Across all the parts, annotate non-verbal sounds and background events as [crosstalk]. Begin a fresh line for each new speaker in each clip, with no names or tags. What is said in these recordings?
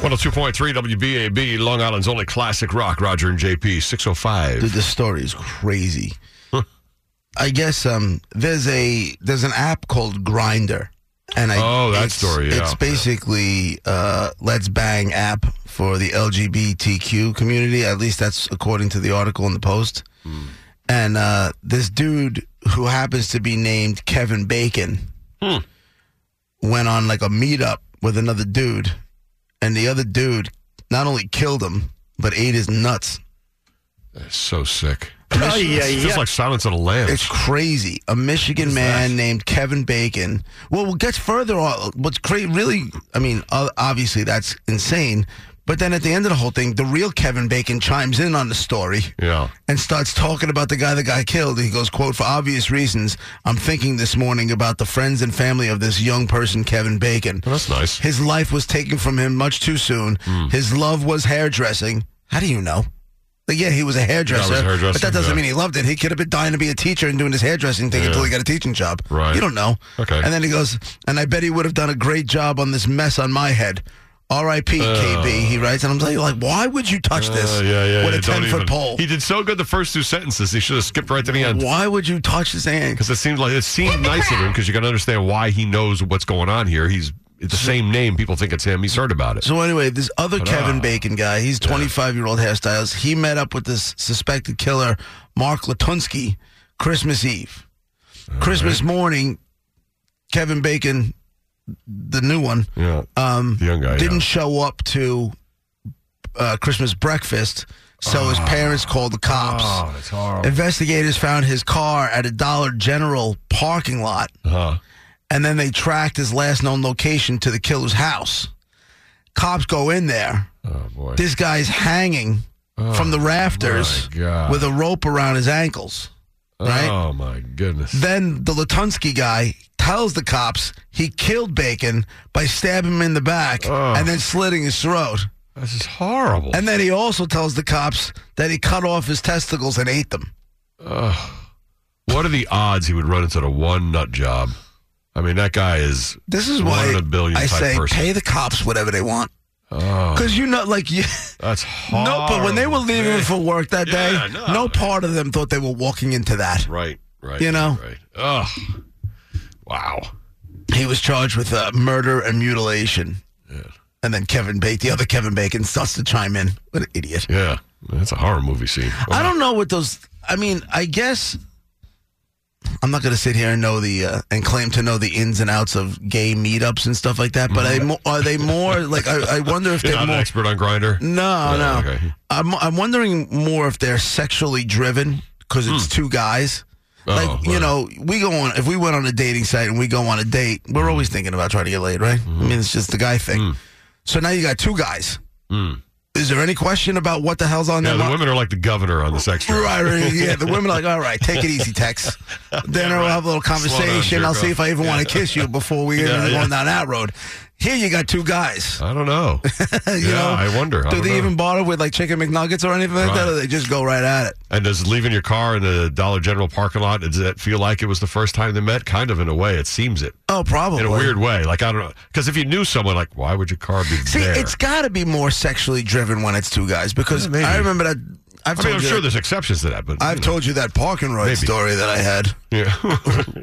102.3 WBAB, Long Island's only classic rock, Roger and JP, 605.
Dude, this story is crazy. I guess um, there's a there's an app called Grinder, and I
Oh, that
it's-
story, yeah.
It's basically uh, Let's Bang app for the LGBTQ community. At least that's according to the article in the Post.
Hmm.
And uh, this dude who happens to be named Kevin Bacon
Hmm.
went on like a meetup with another dude, and the other dude not only killed him but ate his nuts.
That's so sick.
Ay,
it's
ay,
just
ay.
like Silence of the Lambs.
It's crazy. A Michigan man named Kevin Bacon. Well, what gets further on, what's great, really, I mean, o- obviously that's insane. But then at the end of the whole thing, the real Kevin Bacon chimes in on the story
yeah.
and starts talking about the guy the guy killed. He goes, quote, for obvious reasons, I'm thinking this morning about the friends and family of this young person, Kevin Bacon.
Well, that's nice.
His life was taken from him much too soon.
Hmm.
His love was hairdressing. How do you know? Like, yeah, he was a hairdresser,
hairdressing,
but that doesn't
yeah.
mean he loved it. He could have been dying to be a teacher and doing his hairdressing thing until he got a teaching job.
Right.
You don't know.
Okay.
And then he goes, and I bet he would have done a great job on this mess on my head. R.I.P. KB. He writes, and I'm like, like, why would you touch this
Uh, Oh. yeah, yeah.
with
yeah,
a
don't
10 foot
even-
pole?
He did so good the first two sentences. He should have skipped right to the end.
Why would you touch his hand?
Because it seemed like it seemed nice of him because you can understand why he knows what's going on here. He's it's the same name. People think it's him. He's heard about it.
So anyway, this other
Ta-da.
Kevin Bacon guy, he's 25 year old hairstylist. He met up with this suspected killer, Mark Latunsky, Christmas Eve. Christmas morning, Kevin Bacon, the new one,
Yeah.
um,
The young guy,
didn't
yeah.
show up to uh, Christmas breakfast, so
Ah.
his parents called the cops.
that's horrible.
Investigators found his car at a Dollar General parking lot
Huh.
and then they tracked his last known location to the killer's house. Cops go in there.
Oh boy.
This guy's hanging from the rafters
my Oh God.
with a rope around his ankles. Right?
Oh my goodness.
Then the Latunsky guy tells the cops he killed Bacon by stabbing him in the back
Ugh.
and then slitting his throat.
this is horrible.
And then he also tells the cops that he cut off his testicles and ate them.
what are the odds he would run into the one nut job? I mean, that guy is.
This is
One
why
in a billion
I
type
say
person.
pay the cops whatever they want. Because you know, like you.
oh, That's horrible.
No, but when they were leaving
Yeah.
for work that day,
Yeah, no.
no, part of them thought they were walking into that.
Right, right.
You know?
Right. Ugh. Wow.
He was charged with uh, murder and mutilation. And then Kevin Bacon, the other Kevin Bacon, starts to chime in. What an idiot.
Yeah. That's a horror movie scene.
I don't know what those. I mean, I guess I'm not going to sit here and know the uh, and claim to know the ins and outs of gay meetups and stuff like that. But I
Mm-hmm.
mo- are they more like? I, I wonder
[laughs]
if
You're
they're
not an
more.
expert on Grinder.
No,
Yeah,
no.
okay.
I'm I'm wondering more if they're sexually driven because it's two guys.
Hmm. Oh,
like you
right.
know, we go on if we went on a dating site and we go on a date,
Hmm.
we're always thinking about trying to get laid, right? I mean, it's just the guy thing. So now you got two guys. Is there any question about what the hell's
Hmm.
on
Yeah,
their
the
mi-
women are like the governor on this extra.
[laughs] Right, right, yeah. The women are like, all right, take it easy,
[laughs]
Tex. Then we'll have a little
down,
conversation.
jerk
I'll see if I even want to kiss you before we even
[laughs] Yeah,
go
yeah.
down that road. Here you got two guys
I don't know.
[laughs] you
Yeah,
know,
I wonder. I
do
don't
they
know.
even bother with like chicken McNuggets or anything like that,
Right.
or they just go right at it?
and does leaving your car in the Dollar General parking lot, does that feel like it was the first time they met? Kind of in a way. It seems it.
Oh, probably.
In a weird way. Like, I don't know. Because if you knew someone, like, why would your car be
[laughs] See,
there?
it's got to be more sexually driven when it's two guys because
Yeah, maybe.
I remember that. I've
I
told
mean, I'm
you.
sure
that,
there's exceptions to that, but.
I've told you that parking ride
Maybe.
story that I had [laughs]
Yeah.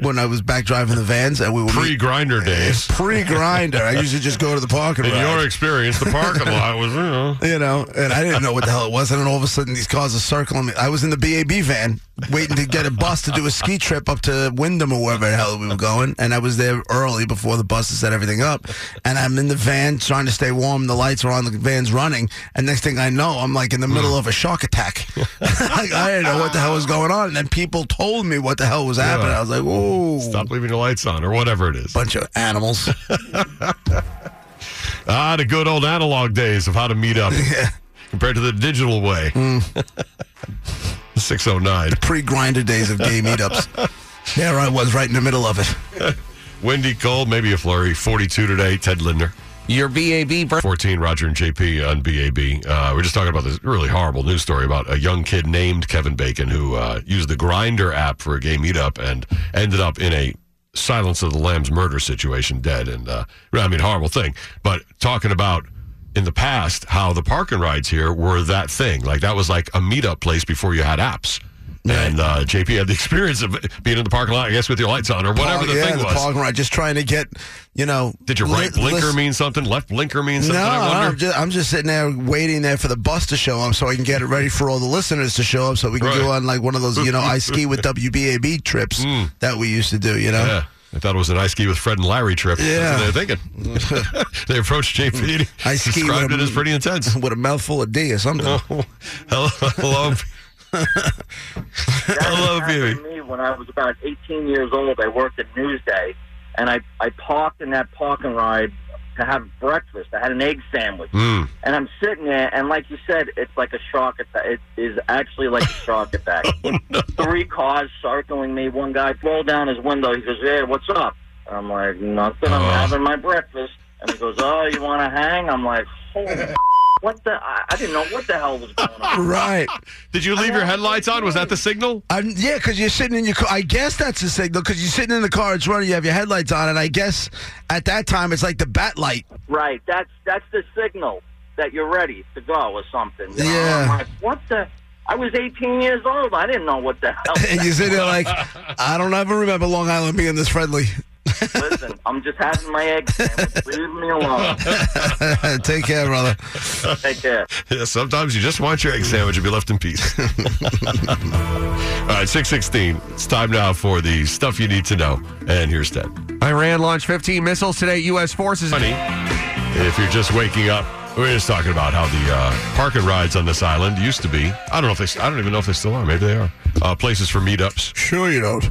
[laughs]
when I was back driving the vans and we were
Pre grinder days.
pre grinder. I used to just go to the parking
In your
ride.
experience, the parking lot was, you know.
You know, and I didn't know what the hell it was, and then all of a sudden these cars are circling me. I was in the BAB van waiting to get a bus to do a ski trip up to Wyndham or wherever the hell we were going, and I was there early before the bus had set everything up. And I'm in the van trying to stay warm. The lights are on, the van's running, and next thing I know, I'm like in the middle of a shark attack. [laughs] like, I didn't know what the hell was going on, and then people told me what the hell was happening. I was like, "Ooh,
Stop leaving your lights on or whatever it is.
bunch of animals."
to Ah, good old analog days of how to meet up
[laughs] Yeah. Mm.
compared to the digital way. [laughs] 609.
Pre-grinder days of gay meetups. There I was, right in the middle of it.
Windy, cold, maybe a flurry. 42 today, Ted Linder.
Your BAB birth.
14, Roger and JP on BAB. Uh, we're just talking about this really horrible news story about a young kid named Kevin Bacon who uh, used the Grinder app for a gay meetup and ended up in a Silence of the Lambs murder situation, dead. And uh, I mean, horrible thing. But talking about in the past how the park and rides here were that thing. Like that was like a meetup place before you had apps. And uh, JP had the [laughs] experience of being in the parking lot, I guess, with your lights on or whatever
Park-
the
Oh, yeah,
thing
the
was.
parking lot, just trying to get, you know.
Did your
li-
right blinker
list-
mean something? Left blinker mean something?
No,
I wonder.
I'm just, I'm just sitting there waiting there for the bus to show up so I can get it ready for all the listeners to show up so we can
Right. Hmm.
go on like one of those, you know, I
[laughs]
ski with WBAB trips that we used to do, you know?
Yeah. I thought it was an ice ski with Fred and Larry trip. That's what they were [laughs] thinking. they approached JP. and
Ice ski
described it
with a-
as pretty [laughs] intense.
With a mouthful of D or something.
hello, [laughs] hello, hello,
happened
baby.
to me when I was about 18 years old. I worked at Newsday, and I, I parked in that parking ride to have breakfast. I had an egg sandwich,
Mm.
and I'm sitting there, and like you said, it's like a shark attack. It is actually like a
[laughs]
shark attack.
Oh,
Three cars circling me. One guy rolled down his window. He goes, "Hey, what's up?" And I'm like, "Nothing. I'm
Oh.
having my breakfast." And he goes, "Oh, you want to hang?" I'm like,
[laughs]
"Holy." What the? I, I didn't know what the hell was going on.
Right.
Did you leave your headlights on? Was that the signal?
I'm, yeah, because you're sitting in your car. I guess that's a signal because you're sitting in the car, it's running, you have your headlights on, and I guess at that time it's like the bat light.
Right. That's that's the signal that you're ready to go or something. you know?
Yeah.
I'm like, what the? I was 18 years old. I didn't know what the hell.
And
that
you're sitting there
[laughs]
like, I don't ever remember Long Island being this friendly. [laughs]
was. Listen, I'm just having my eggs. sandwich. Leave me alone.
Take care, brother.
Take care.
[laughs] Yeah, sometimes you just want your egg sandwich to be left in peace. [laughs] All right, 616. It's time now for the stuff you need to know. And here's Ted.
Iran launched 15 missiles today. U.S. forces.
funny if you're just waking up. We were just talking about how the uh, park and rides on this island used to be. I don't know if they. I don't even know if they still are. Maybe they are uh, places for meetups.
Sure, you don't.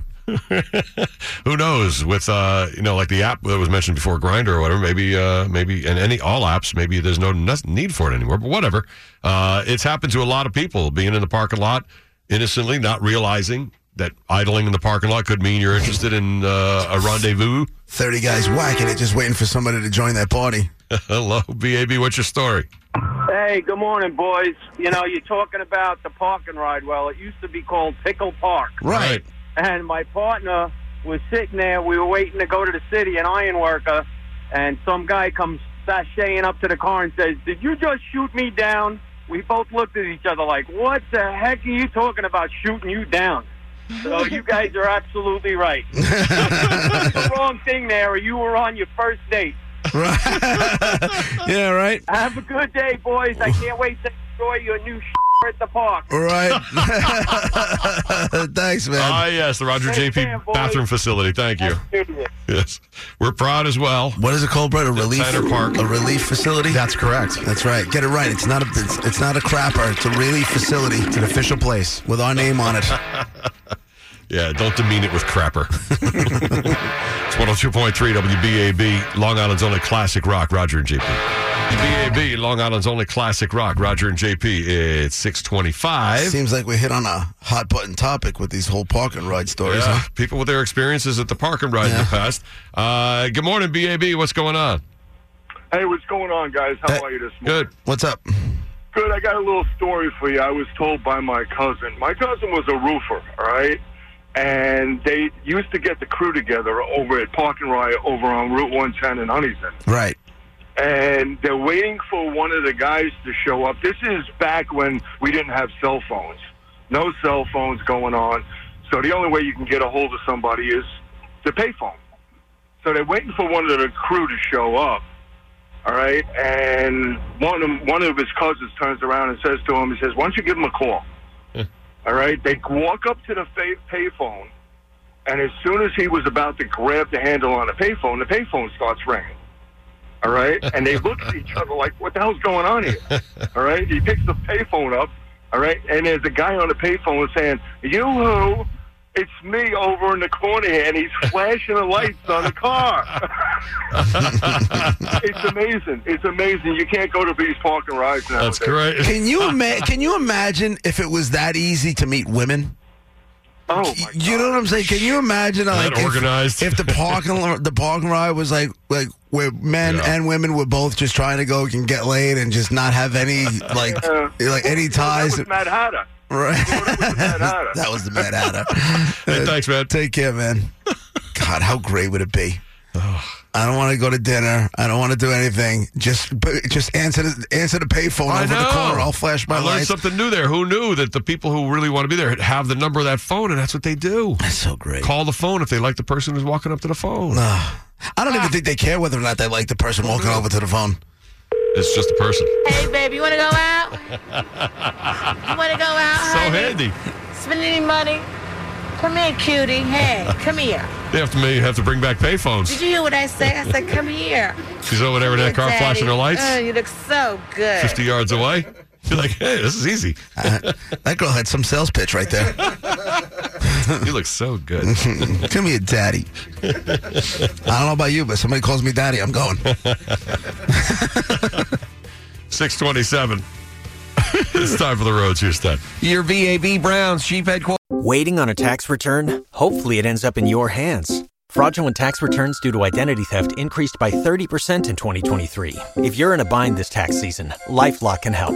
Who knows? With uh, you know, like the app that was mentioned before, Grinder or whatever. Maybe, uh, maybe, and any all apps. Maybe there's no n- need for it anymore. But whatever. Uh, it's happened to a lot of people being in the parking lot innocently, not realizing that idling in the parking lot could mean you're interested in uh, a rendezvous. [laughs]
30 guys whacking it, just waiting for somebody to join that party.
Hello, BAB. What's your story?
Hey, good morning, boys. You know, you're talking about the park and ride. Well, it used to be called Pickle Park.
Right.
And my partner was sitting there. We were waiting to go to the city, an iron worker, and some guy comes sashaying up to the car and says, Did you just shoot me down? We both looked at each other like, What the heck are you talking about shooting you down? So you guys are absolutely right. the wrong thing there, or you were on your first date.
Yeah, right? [laughs]
Have a good day, boys. I can't wait to enjoy your new [laughs] sh- at the park.
Right. [laughs] Thanks, man.
Ah, yes, the Roger
Hey,
JP
Sam, boys.
bathroom facility. Thank you. Yes, we're proud as well.
what is it called, Brett? A relief
Center Park.
A relief facility.
That's correct.
That's right. Get it right. It's not a. It's, it's not a crapper. It's a relief facility. It's an official place with our name on it.
Yeah, don't demean it with crapper. [laughs] it's 102.3 WBAB, Long Island's only classic rock, Roger and JP. WBAB, Long Island's only classic rock, Roger and JP. It's 625.
Seems like we hit on a hot button topic with these whole parking ride stories.
Yeah,
huh?
people with their experiences at the park and ride in the past. Uh, good morning, BAB. What's going on?
Hey, what's going on, guys? How
Hey.
are you this morning?
Good.
What's up?
Good. I got a little story for you. I was told by my cousin. My cousin was a roofer, all right? And they used to get the crew together over at Park and Rye over on Route 110 in Huntington.
Right.
And they're waiting for one of the guys to show up. This is back when we didn't have cell phones. No cell phones going on. So the only way you can get a hold of somebody is the payphone. So they're waiting for one of the crew to show up. All right, and one of one of his cousins turns around and says to him, he says, "Why don't you give him a call?" All right, they walk up to the fa- payphone, and as soon as he was about to grab the handle on the payphone, the payphone starts ringing. All right, and they look at each other like, "What the hell's going on here?" All right, he picks the payphone up. All right, and there's a guy on the payphone saying, "You who?" it's me over in the corner here, and he's flashing the lights on the car. [laughs] it's amazing. It's amazing. You can't go to these parking rides now.
That's great.
Can you ima- can you imagine if it was that easy to meet women?
Oh, my
Y- you know what I'm saying? Can you imagine like if-
organized.
if, the parking lo- the parking ride was like like where men
Yeah.
and women were both just trying to go and get laid and just not have any like
Yeah.
like any ties.
That was Mad Hatter.
Right.
That was Mad Hatter.
[laughs] that was the Mad Hatter.
[laughs] Hey, thanks, man.
Take care, man. God, how great would it be? I don't want to go to dinner. I don't want to do anything. Just but just answer the, answer the payphone
I
over the
know.
corner. I'll flash my
I learned
lights.
something new there. Who knew that the people who really want to be there have the number of that phone, and that's what they do.
That's so great.
Call the phone if they like the person who's walking up to the phone.
I don't even think they care whether or not they like the person walking over to the phone.
It's just a person.
Hey, baby, you want to go
[laughs]
out? you want to go out?
So
honey?
handy.
Spend any money? Come here, cutie. Hey, come here.
They have to may have to bring back
Did
payphones.
you hear what I said? I said, come here.
She's over there in that car
Daddy.
flashing her lights,
Oh, you look so good.
fifty yards away. You're like, hey, this is easy.
Uh, that girl had some sales pitch right there. [laughs]
You look so good.
Come here, daddy. I don't know about you, but somebody calls me daddy, I'm going.
Six twenty-seven. [laughs] it's time for the roads. Here's Stan.
Your VAB Browns chief headquarters.
Waiting on a tax return? Hopefully, it ends up in your hands. Fraudulent tax returns due to identity theft increased by 30% in 2023. If you're in a bind this tax season, LifeLock can help.